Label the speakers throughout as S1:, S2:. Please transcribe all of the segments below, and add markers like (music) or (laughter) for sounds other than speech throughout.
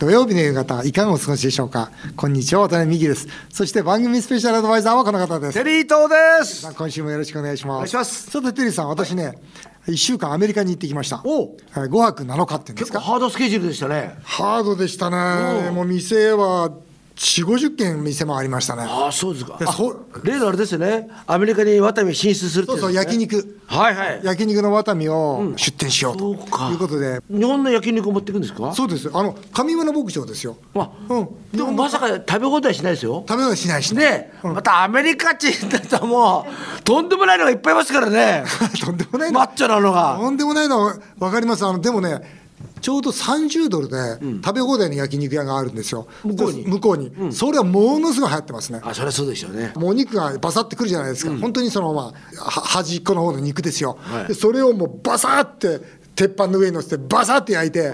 S1: 土曜日の夕方、いかがお過ごしでしょうか。こんにちは、渡辺美希です。そして番組スペシャルアドバイザーはこの方です。
S2: テリー東です
S1: さあ今週もよろしくお願いします。
S2: お願いします
S1: さて、テリーさん、私ね、一週間アメリカに行ってきました。
S2: おう
S1: はい、5泊7日っていうんで
S2: 結
S1: す
S2: 構
S1: か。
S2: ハードスケジュールでしたね
S1: ハードでしたね。もう店は、4、50軒店もありましたね。
S2: ああそうですか
S1: で
S2: あ
S1: そう
S2: 例のあれですよねアメリカにワタミ進出するって
S1: そ
S2: や
S1: う
S2: つ
S1: そう、焼
S2: ですね
S1: 肉。
S2: はいはい
S1: 焼肉のワタミを出店しようと、
S2: そうか
S1: いうことで、
S2: 日本の焼肉持ってくんですか
S1: そうですよあの上村牧場ですよ、
S2: あ
S1: うん、
S2: でもまさか食べ放題しないですよ
S1: 食べはしないしね
S2: ねまたアメリカ人だともうとんでもないのがいっぱいいますから (laughs) ね
S1: (laughs) とんでもない
S2: マ
S1: な
S2: ッチョなのが
S1: とんでもないのは分かりますあのでもねちょうど30ドルで食べ放題の焼肉屋があるんですよ、
S2: 向こうに
S1: 向こうに、それはものすごい流行ってますね
S2: あそれはそうでしょうね
S1: もうお肉がバサってくるじゃないですか、本当にそのまあは端っこの方の肉ですよ、
S2: はい
S1: でそれをもうバサって鉄板の上に乗せてバサって焼いて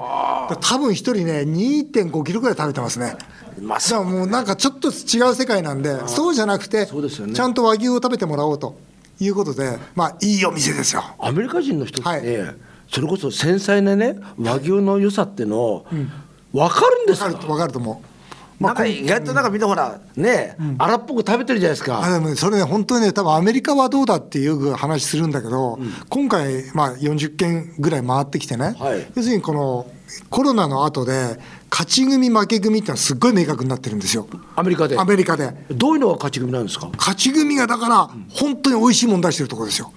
S1: 多分一人ね2.5キロぐらい食べてますね
S2: まあ
S1: じゃあもうなんかちょっと違う世界なんでそうじゃなくて、
S2: そうですよね
S1: ちゃんと和牛を食べてもらおうということでまあいいお店ですよ
S2: アメリカ人の人って、
S1: はい
S2: それこそ繊細なね和牛の良さってのを分かるんで
S1: 分
S2: す
S1: か
S2: か
S1: ると分かると思う、ま
S2: な
S1: あ、
S2: んか意外となんかみんなほらね、荒っぽく食べてるじゃないです
S1: あ
S2: か。
S1: でもねそれね、本当にね、多分アメリカはどうだってよく話するんだけど、今回、まあ、40件ぐらい回ってきてね、
S2: はい
S1: 要するにこのコロナの後で、勝ち組、負け組ってのはすっごい明確になってるんですよ、
S2: アメリカで
S1: ア。メリカで。
S2: どういうのが勝ち組なんですか。
S1: 勝ち組がだから、本当に美味しいもん出してるところですよ。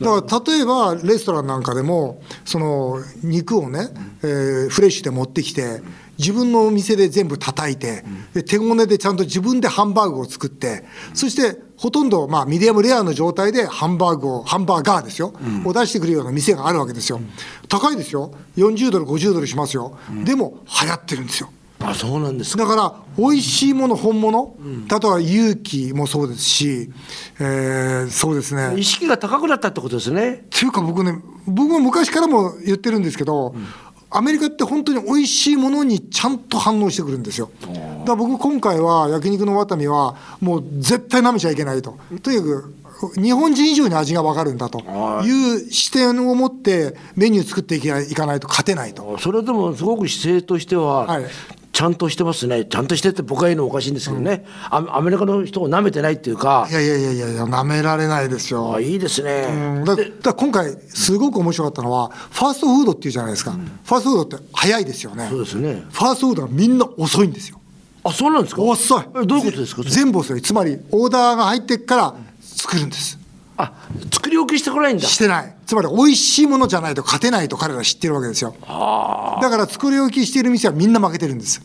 S1: だから例えばレストランなんかでもその肉をね、えーフレッシュで持ってきて自分のお店で全部叩いて、で手ごねでちゃんと自分でハンバーグを作ってそしてほとんど、まあ、ミディアムレアの状態でハンバーグをハンバーガーですよ、を出してくるような店があるわけですよ高いですよ40ドル50ドルしますよ、でも流行ってるんですよ
S2: あ、そうなんですか。
S1: だから美味しいもの本物、例えば勇気もそうですし、えーそうですね
S2: 意識が高くなったってことですね。
S1: っていうか僕ね僕は昔からも言ってるんですけど、アメリカって本当に美味しいものにちゃんと反応してくるんですよだから僕今回は焼肉のワタミはもう絶対舐めちゃいけないととにかく日本人以上に味が分かるんだという視点を持ってメニュー作っていけないいかないと勝てないと
S2: それでもすごく姿勢としては、
S1: はい
S2: ちゃんとしてますね。ちゃんとしてって僕が言うのもおかしいんですけどね。アアメリカの人を舐めてないっていうか
S1: い。やいやいやいやいや舐められないですよ
S2: あ、いいですね。
S1: うんだだから今回すごく面白かったのはファーストフードっていうじゃないですか、ファーストフードって早いですよね
S2: そうですね。
S1: ファーストフードはみんな遅いんですよ
S2: あ、そうなんですか。
S1: 遅い
S2: えどういうことですか。
S1: 全部遅いつまりオーダーが入ってから作るんです
S2: あ、作り置きしてこないんだ。
S1: してないつまり美味しいものじゃないと勝てないと彼ら知ってるわけですよだから作り置きしている店はみんな負けてるんです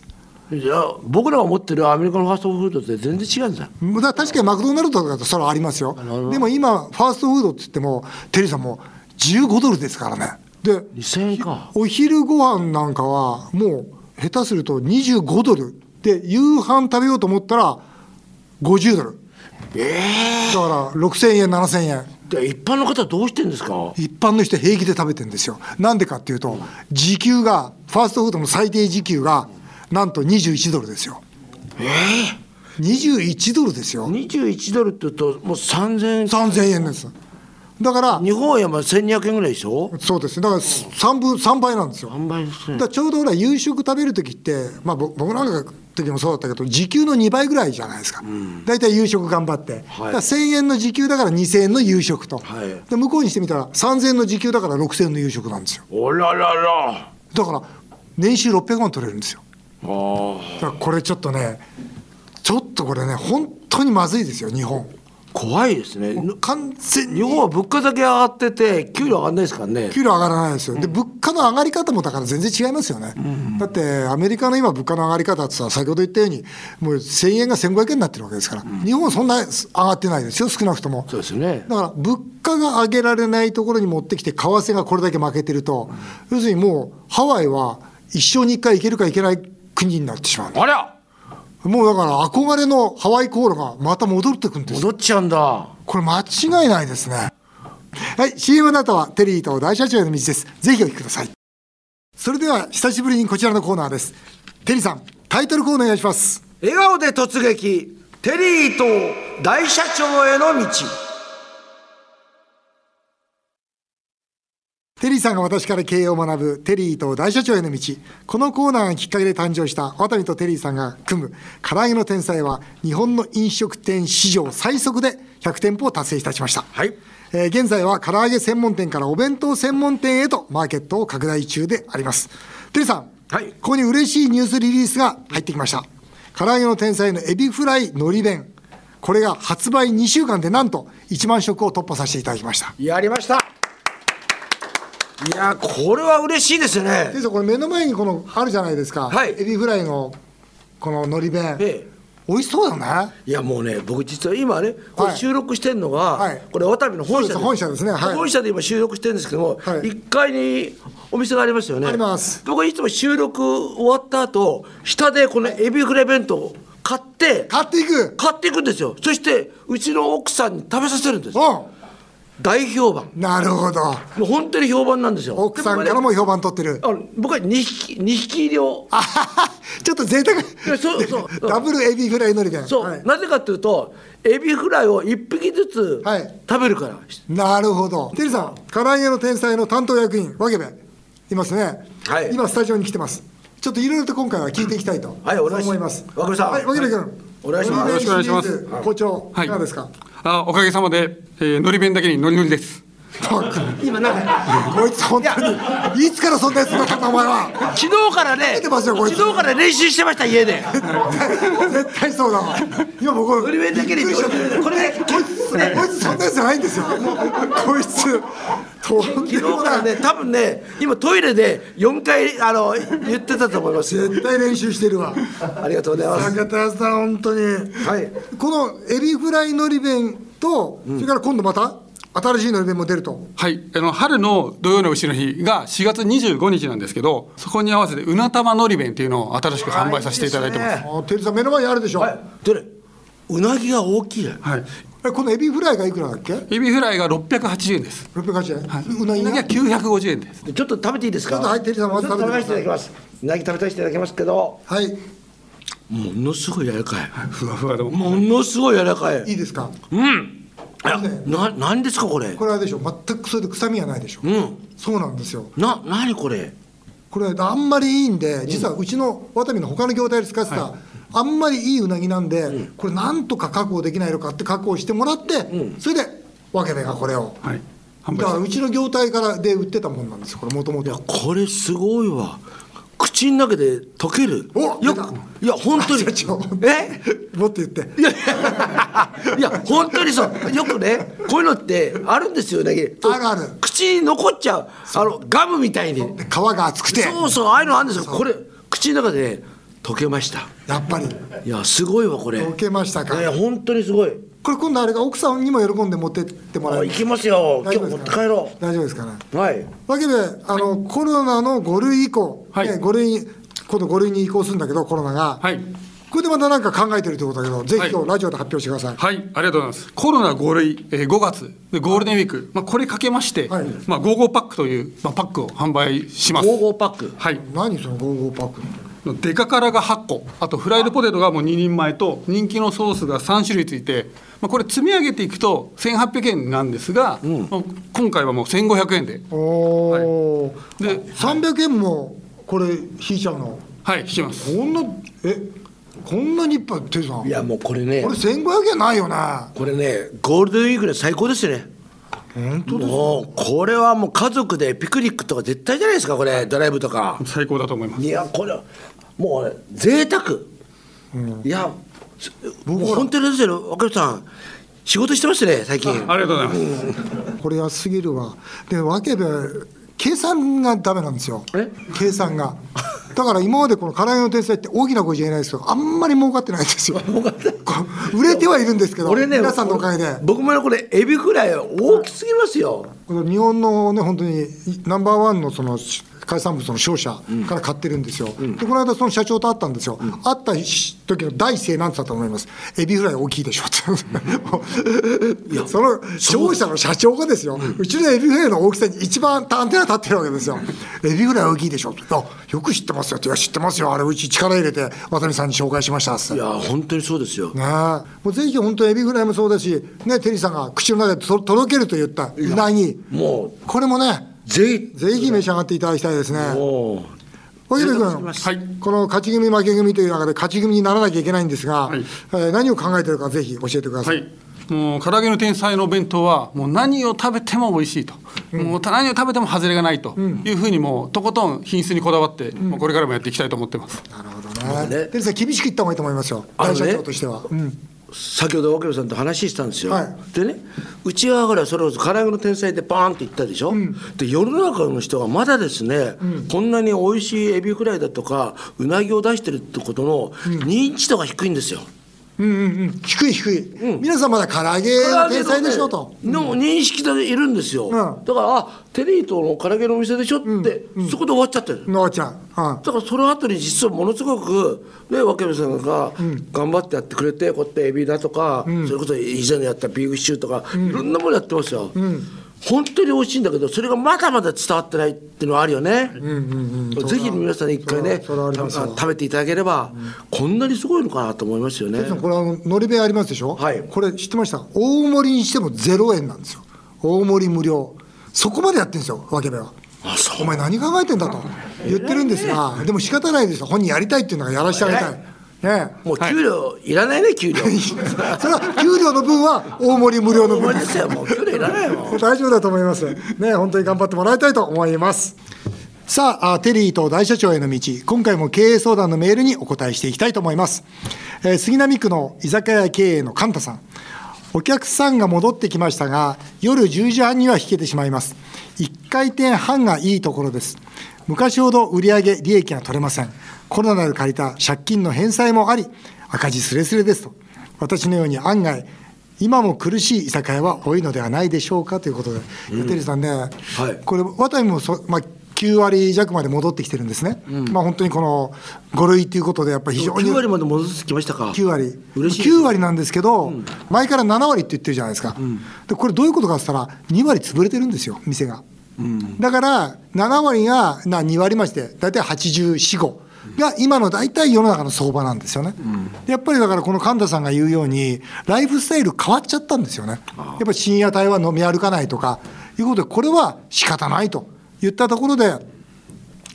S2: いや、僕らが持ってるアメリカのファーストフードって全然違うんだ。
S1: だから確かにマクドナルドとかだとそれはありますよでも今ファーストフードって言ってもテリーさんも15ドルですからねで
S2: 2000円か。
S1: お昼ご飯なんかはもう下手すると25ドルで夕飯食べようと思ったら50ドルだから6000円7000円
S2: で一般の方はどうしてんですか
S1: 一般の人平気で食べてるんですよなんでかっていうと時給がファーストフードの最低時給がなんと21ドルですよ21ドルですよ
S2: 21ドルって言うともう3000円
S1: 3000円ですだから
S2: 日本円は1200円ぐらいでしょ
S1: そうですねだから3分3倍なんですよ
S2: 販売です
S1: だ
S2: ね
S1: からちょうどほら夕食食べる時って、まあ、ぼ僕なんかの時もそうだったけど時給の2倍ぐらいじゃないですか大体、夕食頑張って、
S2: はい
S1: だから1000円の時給だから2000円の夕食と、
S2: はい
S1: で向こうにしてみたら3000円の時給だから6000円の夕食なんですよ
S2: おららら
S1: だから年収600万取れるんですよ
S2: あー
S1: だからこれちょっとねちょっとこれね本当にまずいですよ日本
S2: 怖いですねぬ
S1: 完全
S2: 日
S1: に
S2: 本は物価だけ上がってて給料上がんないですからね
S1: 給料上がらないですよ、で物価の上がり方もだから全然違いますよね、だってアメリカの今、物価の上がり方ってさ、先ほど言ったように、もう1000円が1500円になってるわけですから、日本はそんな上がってないですよ、少なくとも。
S2: そうですよね
S1: だから物価が上げられないところに持ってきて、為替がこれだけ負けてると、要するにもう、ハワイは一生に一回行けるか行けない国になってしまうの
S2: ありゃ
S1: もうだから憧れのハワイ航路がまた戻ってくるんですよ
S2: 戻っちゃうんだ
S1: これ間違いないですね。はい、CM の後はテリーと大社長への道です。ぜひお聞きください。それでは久しぶりにこちらのコーナーです。テリーさん、タイトルコーナーお願いします。
S2: 笑顔で突撃テリーと大社長への道
S1: テリーさんが私から経営を学ぶテリーと大社長への道このコーナーがきっかけで誕生した渡美とテリーさんが組む唐揚げの天才は日本の飲食店史上最速で100店舗を達成いたしました、
S2: はい
S1: えー現在は唐揚げ専門店からお弁当専門店へとマーケットを拡大中でありますテリーさん、
S2: はい
S1: ここに嬉しいニュースリリースが入ってきました唐揚げの天才のエビフライのり弁これが発売2週間でなんと1万食を突破させていただきました
S2: やりましたいやこれは嬉しいですね
S1: 先生これ目の前にこのあるじゃないですか、
S2: はい
S1: エビフライのこののり弁、
S2: ええ
S1: 美味しそうだね
S2: いやもうね僕実は今ねこ
S1: は
S2: れ
S1: い
S2: 収録してるのが、
S1: はい
S2: これ渡部の本社
S1: そうです本社ですねはい
S2: 本社で今収録してるんですけども、
S1: はい
S2: 1階にお店がありますよね
S1: あります
S2: 僕はいつも収録終わった後下でこのエビフライ弁当を買って
S1: 買っていく
S2: 買っていくんですよそしてうちの奥さんに食べさせるんです
S1: う
S2: 大評判
S1: んなるほど
S2: もう本当に評判なんですよ
S1: 奥さん
S2: で
S1: から
S2: 僕はね
S1: も評判取ってる
S2: あの僕は2匹二匹入
S1: (laughs)
S2: りを
S1: あははちょっと贅沢
S2: いやそうそう
S1: ダブルエビフライのり弁
S2: そう、
S1: はい
S2: なぜかというとエビフライを1匹ずつ
S1: はい
S2: 食べるから、
S1: なるほどテリーさん唐揚げの天才の担当役員わけべいますね、
S2: はい
S1: 今スタジオに来てますちょっといろいろと今回は聞いていきたいと
S2: はいお願いし
S1: 思います
S2: わけべさん
S1: はいわけべ君、
S2: お願いします
S1: のり弁
S3: よろしくお願いします
S1: シリーズ好調、、
S3: はいい
S1: かがですか
S3: あおかげさまで、えー、のり弁だけにのりのりです
S1: 今なんかこいつ本当にいつからそんなやつになったんだお前は
S2: 昨日からね
S1: 見てますよこいつ
S2: 昨日から練習してました家で
S1: 絶対そうだわ今僕
S2: のり弁だけに
S1: びっくりしちゃって
S2: これ
S1: こいつこいつそんなやつじゃないんですよこいつとんでも
S2: 昨日
S1: な
S2: から
S1: い、 (laughs)
S2: ね多分ね今トイレで4回あの言ってたと思いますよ
S1: 絶対練習してるわ
S2: ありがとうございます
S1: 坂田さん本当に
S2: はい
S1: このエビフライのり弁と、それから今度また新しいのり弁も出ると
S3: はいあの春の土曜の牛の日が4月25日なんですけどそこに合わせてうな玉のり弁っていうのを新しく販売させていただいてます
S2: あいいですね
S1: あテリーさん目の前にあるでしょ、
S2: はいどれうなぎが大きいじゃん
S3: はい
S1: えこのエビフライがいくらだっけ
S3: エビフライが680円です
S1: 680円、
S3: はいう
S1: なぎが
S3: が950円です
S2: でちょっと食べていいです
S1: ち
S2: か
S1: ょっとはいテリーさんまず
S2: ちょっと
S1: 食
S2: 食
S1: べ
S2: べ
S1: て
S2: させていただきますうなぎ食べさせていただきますけど
S1: はい
S2: ものすごい柔らかい
S3: ふわふわでも
S2: ものすごい柔らかい
S1: いいですか
S2: うんいや
S1: いいね
S2: ななんですかこれ
S1: これあれでしょ全くそれで臭みはないでしょ、
S2: うん
S1: そうなんですよ
S2: な何これ
S1: これあんまりいいんで実はうちのワタミの他の業態で使ってた、あんまりいいうなぎなんで、これなんとか確保できないのかって確保してもらって、それでわけべがこれを
S3: はい販
S1: だから
S3: 売
S1: うちの業態からで売ってたもんなんですよこれもともと
S2: これすごいわ口の中で溶ける
S1: お
S2: よ
S1: 出た
S2: いや本当に
S1: 社長
S2: え
S1: もっと言って
S2: いやいやいや本当にそうよくねこういうのってあるんですよね
S1: あるある
S2: 口に残っちゃうあのガムみたいに
S1: 皮が厚くて
S2: そうそうああいうのあるんですよこれ口の中で、ね、溶けました
S1: やっぱり
S2: いやすごいわこれ
S1: 溶けましたか、
S2: ね本当にすごい
S1: これ今度あれが奥さんにも喜んで持ってってもら
S2: あ
S1: え
S2: 行
S1: る
S2: きますよ今
S1: 大
S2: 日
S1: 丈夫で
S2: 持っ
S1: す
S2: て
S1: か
S2: 帰ろ
S1: 大丈夫ですかね
S2: うはい
S1: わけであの、コロナの5類以降、
S3: はい
S1: ね、5類に今度5類に移行するんだけどコロナが、
S3: はい
S1: これでまたなんか考えてるということだけどぜひ今
S3: は
S1: 日ラジオで発表してください、
S3: はい、ありがとうございます。コロナ5類、えー5月でゴールデンウィーク、まあこれかけまして、
S1: はい
S3: まあ55パックというまあパックを販売します。
S2: 55パック
S3: はい。
S1: 何その55パック
S3: デカ辛が8個あとフライドポテトがもう2人前と人気のソースが3種類ついて、まあ、これ積み上げていくと1800円なんですが、まあ今回はもう1500円で
S1: おお、
S3: で
S1: 300円もこれ引いちゃうの
S3: はい引きます
S1: こんなえこんなにいっぱいテリーさん
S2: いやもうこれね
S1: これ1500円ないよね
S2: これねゴールデンウィークで最高ですよね
S1: 本当
S2: もうこれはもう家族でピクニックとか絶対じゃないですかこれドライブとか
S3: 最高だと思います
S2: いやこれもう贅沢、いやすもう本当にですよ若林さん仕事してますね最近
S3: ありがとうございます、
S1: これ安すぎるわでわけで計算がダメなんですよ
S2: え
S1: 計算がだから今までこの唐揚げの天才って大きな声じゃ言えないですけどあんまり儲かってないんですよこう売れてはいるんですけど、
S2: 俺ね
S1: 皆さんのおかげで
S2: 僕もねこれエビフライ大きすぎますよ
S1: この日本のね本当にナンバーワンのその海産物の商社から買ってるんですよ、でこの間その社長と会ったんですよ、会ったし時の第一声なんて言ったと思いますエビフライ大きい (laughs) でしょって、 (laughs) その商社の社長がですよ、うちのエビフライの大きさに一番アンテナ立ってるわけですよエビフライ大きいでしょっていやよく知ってますよっていや知ってますよあれうち力入れて渡辺さんに紹介しましたっつって
S2: いや本当にそうですよ
S1: ねえもうぜひ本当エビフライもそうだしねテリーさんが口の中でととろけると言ったうなぎ
S2: も
S1: これもね
S2: ぜひ
S1: ぜひ召し上がっていただきたいですね。
S2: おー
S1: 小池君、
S2: ありがとうございます
S3: はい
S1: この勝ち組負け組という中で勝ち組にならなきゃいけないんですが、
S3: はい
S1: えー何を考えてるかぜひ教えてくださ。
S3: はいい、もう唐揚げの天才のお弁当はもう何を食べても美味しいと、もうた何を食べても外れがないというふうにもうとことん品質にこだわって、もうこれからもやっていきたいと思ってます。
S1: なるほど
S2: ね
S1: ね。テリーさん厳しく言った方がいいと思いますよ。
S2: あの
S1: 会
S2: ね
S1: 社長としては。うん
S2: 先ほど若部さんと話したんですよ、
S1: はい
S2: でねうちはほらそれこそ唐揚げの天才でバーンって言ったでしょ、で世の中の人がまだですね、こんなに美味しいエビフライだとかうなぎを出してるってことの認知度が低いんですよ、
S1: うんうんうん。低い低い。皆さんまだ唐揚げの天才でしょと。
S2: の認識でいるんですよ、
S1: うん
S2: だからあテリーとの唐揚げのお店でしょって、そこで終わっちゃってる、
S1: のあちゃん。うん
S2: だからその後に実はものすごくね若部さんが頑張ってやってくれてこうやってエビだとか、それこそ以前やったビーフシチューとか、いろんなものやってますよ、本当に美味しいんだけどそれがまだまだ伝わってないっていうのはあるよね、ぜひ皆さんに一回ね
S1: それはそれはありますわ
S2: 食べていただければ、こんなにすごいのかなと思いますよね、
S1: テリーさんこれあののり弁ありますでしょ。
S2: はい
S1: これ知ってました。大盛りにしてもゼロ円なんですよ。大盛り無料。そこまでやってるんですよ。わけべは。
S2: あそ
S1: お
S2: う
S1: 前何考えてんだと言ってるんですが、でも仕方ないですよ。本人やりたいっていうのがやらしてあげたい。ねえ。
S2: もう給料いらないね
S1: (laughs)
S2: 給料
S1: それは給料の分は大盛り無料の
S2: お前
S1: 分で。
S2: ですすよもう給料いらないも
S1: (laughs)
S2: ん
S1: 大丈夫だと思います。ね、本当に頑張ってもらいたいと思います。さあ、あテリーと大社長への道、今回も経営相談のメールにお答えしていきたいと思います。えー杉並区の居酒屋経営のカンタさん。お客さんが戻ってきましたが、夜10時半には引けてしまいます。1回転半がいいところです。昔ほど売上利益が取れません。コロナで借りた借金の返済もあり、赤字すれすれですと。私のように案外、今も苦しい居酒屋は多いのではないでしょうかということで、いやテリーさんね、
S2: い
S1: これ、ワタミもそ、まあ、9割弱まで戻ってきてるんですね、まあ、本当にこの5類ということで、やっぱり非常に
S2: 9割まで戻ってきましたか
S1: 9割
S2: 嬉しい
S1: 9割なんですけど、前から7割って言ってるじゃないですか、でこれどういうことかって言ったら2割潰れてるんですよ店が、だから7割がな2割増しで大体845が今の大体世の中の相場なんですよね、でやっぱりだからこの神田さんが言うようにライフスタイル変わっちゃったんですよねやっぱり深夜帯は飲み歩かないとかいうことでこれは仕方ないと言ったところで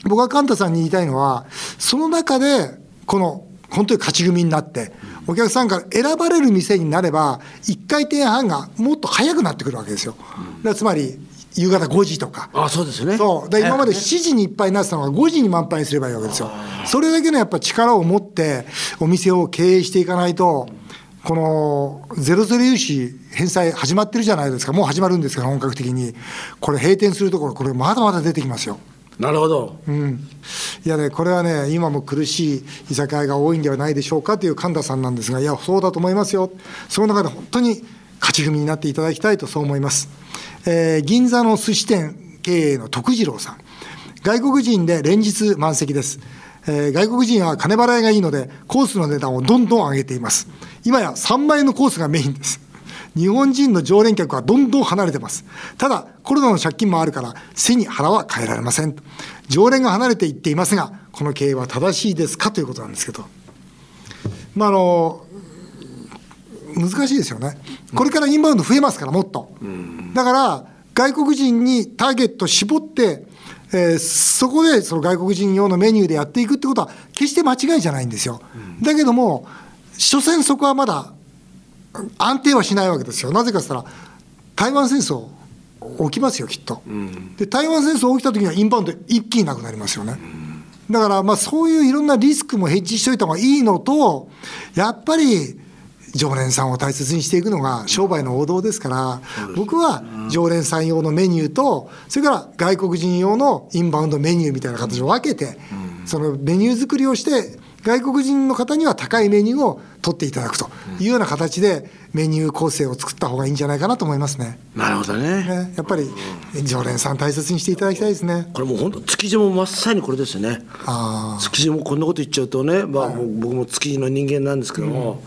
S1: 僕はカンタさんに言いたいのは、その中で、この本当に勝ち組になって、お客さんから選ばれる店になれば、1回転半がもっと早くなってくるわけですよ。だからつまり夕方5時とか、
S2: あそうですよね
S1: そうだから今まで7時にいっぱいになってたのが5時に満杯にすればいいわけですよ。それだけのやっぱ力を持ってお店を経営していかないとこのゼロゼロ融資返済始まってるじゃないですかもう始まるんですから本格的にこれ閉店するところこれまだまだ出てきますよ。
S2: なるほど
S1: うん、いやね、これはね、今も苦しい居酒屋が多いんではないでしょうかという神田さんなんですが、いや、そうだと思いますよ、その中で本当に勝ち組になっていただきたいと、そう思います。えー銀座の寿司店経営の徳次郎さん、外国人で連日満席です。えー外国人は金払いがいいので、コースの値段をどんどん上げています。今や3万円のコースがメインです。日本人の常連客はどんどん離れてます。ただ、コロナの借金もあるから、背に腹は変えられません。常連が離れていっていますが、この経営は正しいですかということなんですけど。まあ、あの、難しいですよね。これからインバウンド増えますから、もっと。だから、外国人にターゲット絞って、えーそこでその外国人用のメニューでやっていくってことは、決して間違いじゃないんですよ。だけども、所詮そこはまだ安定はしないわけですよ、なぜかって言ったら、台湾戦争起きますよ、きっと。で、台湾戦争起きた時にはインバウンド一気になくなりますよね。だから、まあ、そういういろんなリスクもヘッジしておいた方がいいのと、やっぱり常連さんを大切にしていくのが商売の王道ですから、僕は常連さん用のメニューと、それから外国人用のインバウンドメニューみたいな形を分けて、そのメニュー作りをして、外国人の方には高いメニューを取っていただくというような形で、メニュー構成を作った方がいいんじゃないかなと思いますね。
S2: なるほどね
S1: ねやっぱり常連さん大切にしていただきたいですね。
S2: これもう本当築地も真っさにこれですよね
S1: あ
S2: 築地もこんなこと言っちゃうとね、まあ、もう僕も築地の人間なんですけども、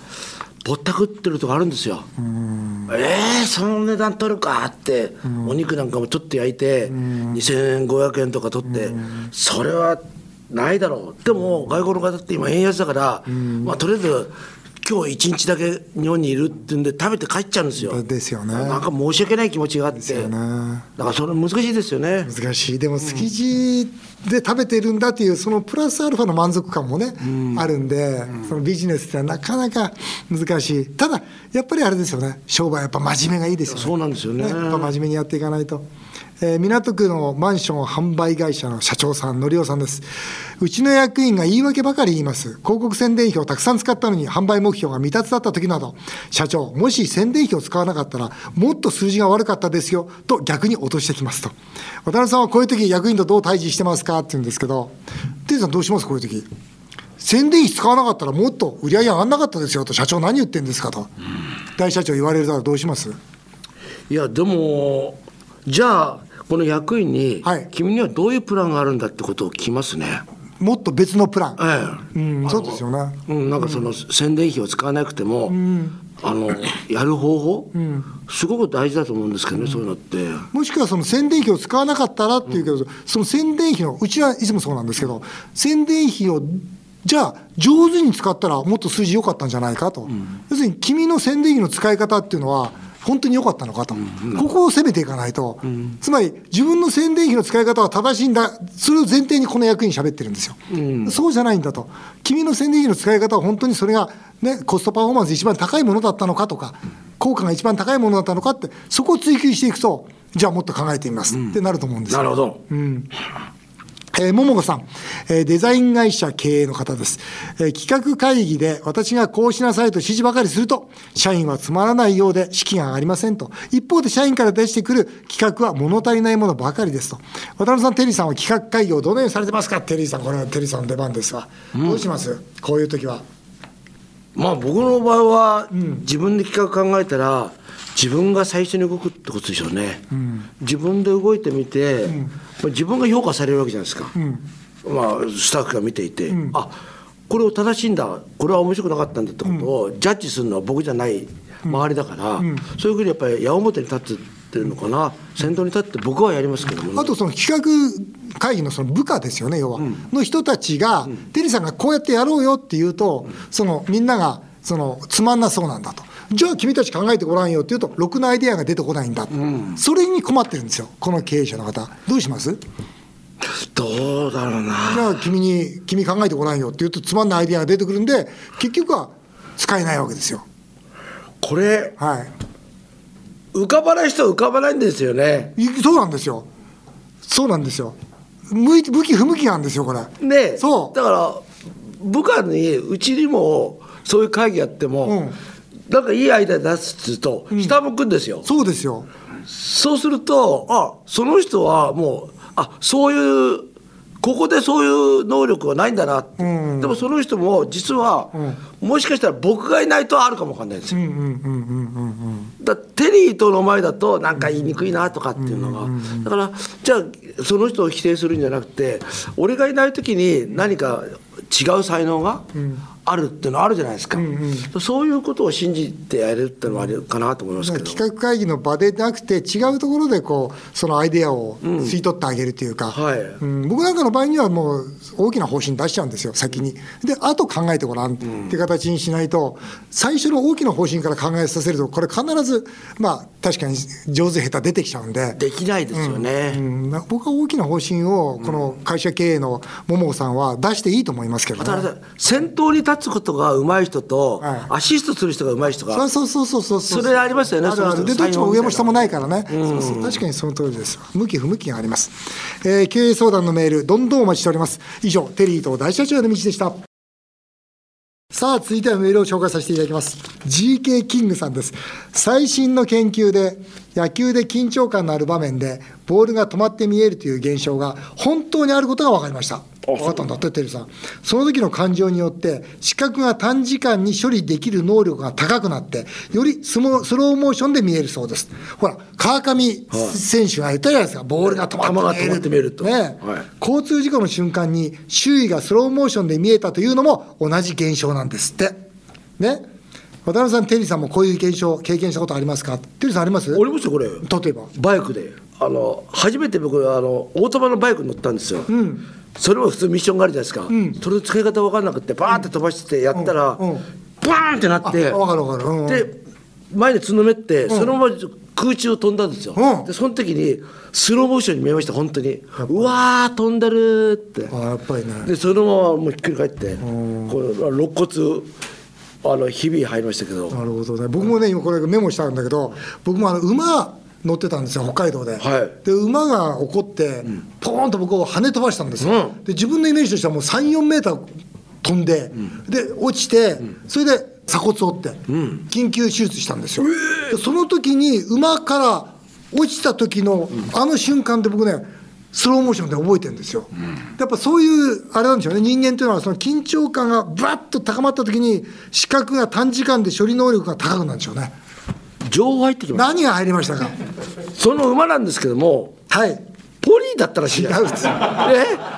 S2: ぼったくってるとこあるんですよ、えー、その値段取るかって、お肉なんかもちょっと焼いて、2500円とか取って、それはないだろうでも外国の方って今円安だから、まあ、とりあえず今日一日だけ日本にいるってんで食べて帰っちゃうんですよ
S1: ですよね
S2: なんか申し訳ない気持ちがあって
S1: よね
S2: だからそれ難しいですよね
S1: 難しいでも築地で食べてるんだっていうそのプラスアルファの満足感もね、あるんで、そのビジネスってのはなかなか難しいただやっぱりあれですよね商売はやっぱ真面目がいいですよね
S2: そうなんですよ
S1: や
S2: ね
S1: っぱ真面目にやっていかないと、えー港区のマンション販売会社の社長さんのりおさんですうちの役員が言い訳ばかり言います広告宣伝費をたくさん使ったのに販売目標が未達だった時など社長もし宣伝費を使わなかったらもっと数字が悪かったですよと逆に落としてきますと渡辺さんはこういう時役員とどう対峙してますかって言うんですけどてぃさんどうしますこういう時宣伝費使わなかったらもっと売り上げ上がんなかったですよと社長何言ってんですかと大社長言われるらどうします
S2: いやでもじゃあこの役員に、
S1: はい
S2: 君にはどういうプランがあるんだってことを聞きますね
S1: もっと別のプラン
S2: ええ
S1: うん、そうですよね。
S2: うん、なんかその宣伝費を使わなくても、あのやる方法、すごく大事だと思うんですけどね、そういうのって
S1: もしくはその宣伝費を使わなかったらっていうけど、その宣伝費の、うちはいつもそうなんですけど、宣伝費を、じゃあ、上手に使ったらもっと数字良かったんじゃないかと、要するに君の宣伝費の使い方っていうのは、本当に良かったのかと、ここを攻めていかないと、つまり自分の宣伝費の使い方は正しいんだ、それを前提にこの役員喋ってるんですよ、そうじゃないんだと、君の宣伝費の使い方は本当にそれが、ね、コストパフォーマンス一番高いものだったのかとか、効果が一番高いものだったのかって、そこを追求していくと、じゃあもっと考えてみます、ってなると思うんですよ
S2: なるほど、
S1: えー、桃子さん、えーデザイン会社経営の方です、えー企画会議で私がこうしなさいと指示ばかりすると、社員はつまらないようで士気が上がりませんと。一方で社員から出してくる企画は物足りないものばかりですと。渡辺さん、テリーさんは企画会議をどのようにされてますかテリーさん、これはテリーさんの出番ですわ。どうしますこういう時は。
S2: まあ僕の場合は、自分で企画考えたら自分が最初に動くってことでしょうね、自分で動いてみて、まあ自分が評価されるわけじゃないですか、まあ、スタッフが見ていて、あこれを正しいんだこれは面白くなかったんだってことをジャッジするのは僕じゃない周りだから、そういうふうにやっぱり矢面に立ってるのかな先頭に立って僕はやりますけどもね、
S1: あとその企画会議のその部下ですよね、要は、の人たちが、テリーさんがこうやってやろうよって言うと、そのみんながそのつまんなそうなんだと、じゃあ君たち考えてごらんよって言うと、ろくなアイデアが出てこないんだと、それに困ってるんですよ、この経営者の方、どうします
S2: どうだろうな
S1: じゃあ君に、君考えてごらんよって言うと、つまんないアイデアが出てくるんで、結局は使えないわけですよ。
S2: これ
S1: はい
S2: 浮かばない人は浮かばないんですよね
S1: いそうなんですよ、そうなんですよ、向い向き不向きなんですよ、これ。
S2: ね
S1: そう
S2: だから部下にうちにもそういう会議やっても、
S1: うん
S2: なんかいいアイデア出すっつうと下向くんですよ、
S1: そうですよ
S2: そうするとあその人はもうあそういうここでそういう能力はないんだなって、
S1: ん
S2: でもその人も実は、もしかしたら僕がいないとあるかもわかんないですよ、だテリーとの前だとなんか言いにくいなとかっていうのが、だからじゃあその人を否定するんじゃなくて俺がいない時に何か違う才能があるっていうのあるじゃないですか、そういうことを信じてやれるっていうのはあるかなと思いますけど、
S1: 企画会議の場でなくて違うところでこうそのアイデアを吸い取ってあげるというか、
S2: はい
S1: うん僕なんかの場合にはもう大きな方針出しちゃうんですよ先にであと考えてごらんっていう形にしないと最初の大きな方針から考えさせるとこれ必ずまあ確かに上手下手出てきちゃうんで。
S2: できないですよね、
S1: うんな僕は大きな方針をこの会社経営の桃子さんは出していいと思いますけどね、
S2: だからさ先頭に立つことが上手い人と、
S1: はい
S2: アシストする人が上手い人が
S1: そうそうそうそうう
S2: それありますよね
S1: あるある
S2: その
S1: で
S2: 人
S1: どっ
S2: の
S1: ちも上も下もないからね、そうそう確かにその通りです向き不向きがあります、えー経営相談のメールどんどんお待ちしております以上テリーと大社長への道でしたさあ、続いてはメールを紹介させていただきます。GK キングさんです。最新の研究で、野球で緊張感のある場面で、ボールが止まって見えるという現象が本当にあることが分かりました。分かったんだって、テリーさん。その時の感情によって、視覚が短時間に処理できる能力が高くなって、よりスモスローモーションで見えるそうです。ほら、川上選手が言ったじゃないですか、ボールが止まって見える。
S2: 球が止まって見えると
S1: ね
S2: はい
S1: 交通事故の瞬間に周囲がスローモーションで見えたというのも同じ現象なんですって。ね。渡辺さん、テリーさんもこういう現象経験したことありますかテリーさんあります
S2: 俺もですよこれ
S1: 例えば。
S2: バイクであの初めて僕あのオートマのバイクに乗ったんですよ、それも普通ミッションがあるじゃないですか、それの使い方分かんなくてバーって飛ばしてやったら、
S1: うんうん
S2: ピバーンってなって
S1: あわかるわかるうん
S2: で前でつんのめってそのまま空中を飛んだんですよ、
S1: うん
S2: でその時にスローモーションに見えました本当にうわー飛んでるって
S1: あやっぱりね
S2: でそのままもうひっくり返ってこう肋骨あのひび入りましたけど
S1: なるほどね僕もね今これメモしたんだけど僕もあの馬乗ってたんですよ北海道で、
S2: はい
S1: で馬が怒ってポーンと僕を跳ね飛ばしたんですよ、
S2: うん
S1: で自分のイメージとしてはもう34メーター飛んで、で落ちて、それで鎖骨を折って、緊急手術したんですよ、でその時に馬から落ちた時の、あの瞬間で僕ねスローモーションで覚えてるんですよ、やっぱそういうあれなんでしょうね人間というのはその緊張感がバッと高まった時に視覚が短時間で処理能力が高くなるんでしょうね
S2: 情報入ってきま
S1: 何が入りました (laughs) か
S2: すその馬なんですけども
S1: はい
S2: ポリーだったらしい (laughs) じゃないですか。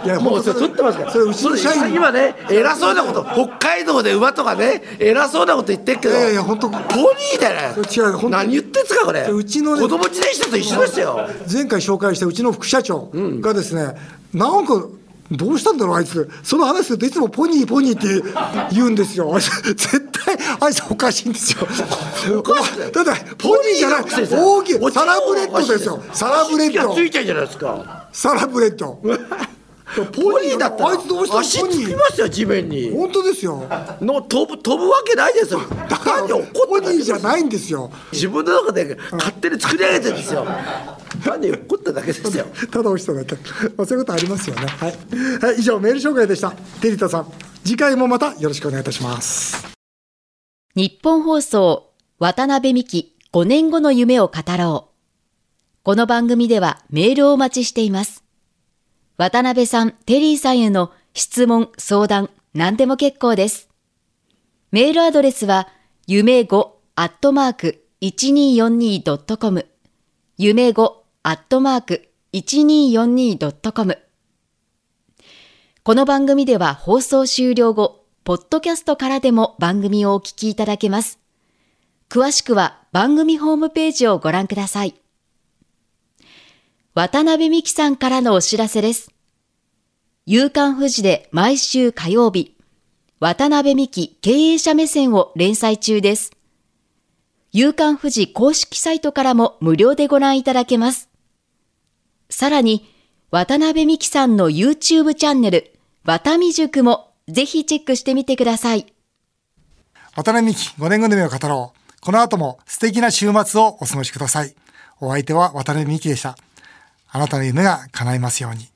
S2: え
S1: いや
S2: も
S1: ほ
S2: うん
S1: と
S2: それ取ってますから。
S1: それうちの社員
S2: それ今ね、偉そうなこと、北海道で馬とかね、偉そうなこと言ってるけど、
S1: いやいやほんと
S2: ポリーだよね。
S1: それ違う本当に
S2: 何言ってんすか、これ。
S1: それうちのね
S2: 子供自転車と一緒ですよ。
S1: 前回紹介したうちの副社長がですね、なんかどうしたんだろうあいつその話するといつもポニーポニーって言うんですよ (laughs) 絶対あいつおかしいんですよだってポニーじゃない大きいサラブレッドですよサラブレッ
S2: が
S1: ド
S2: ついちゃうじゃないですか。
S1: サラブレッド
S2: ポニーだったら。
S1: あいつどうした
S2: 足
S1: ポニー
S2: つきますよ、地面に。
S1: 本当ですよ
S2: の飛ぶ、飛ぶわけないですよ。だから怒って
S1: ポニーじゃ
S2: い。
S1: ないんですよ
S2: 自分の中で勝手に作り上げてるんですよ。単に怒っただけですよ。
S1: ただ落ちただけ、まあ、そういうことありますよねはい、はい、以上メール紹介でしたテリタさん次回もまたよろしくお願いいたします
S4: 日本放送渡辺美希5年後の夢を語ろう。この番組ではメールをお待ちしています。渡辺さん、テリーさんへの質問、相談、何でも結構です。メールアドレスは夢5アットマーク 1242.com 夢5アットマーク 1242.com この番組では放送終了後、ポッドキャストからでも番組をお聞きいただけます。詳しくは番組ホームページをご覧ください。渡辺美希さんからのお知らせです。夕刊富士で毎週火曜日、渡辺美希経営者目線を連載中です。夕刊富士公式サイトからも無料でご覧いただけます。さらに、渡辺美希さんの YouTube チャンネル、渡美塾もぜひチェックしてみてください。
S1: 渡辺美希5年後の夢を語ろう。この後も素敵な週末をお過ごしください。お相手は渡辺美希でした。あなたの夢が叶いますように。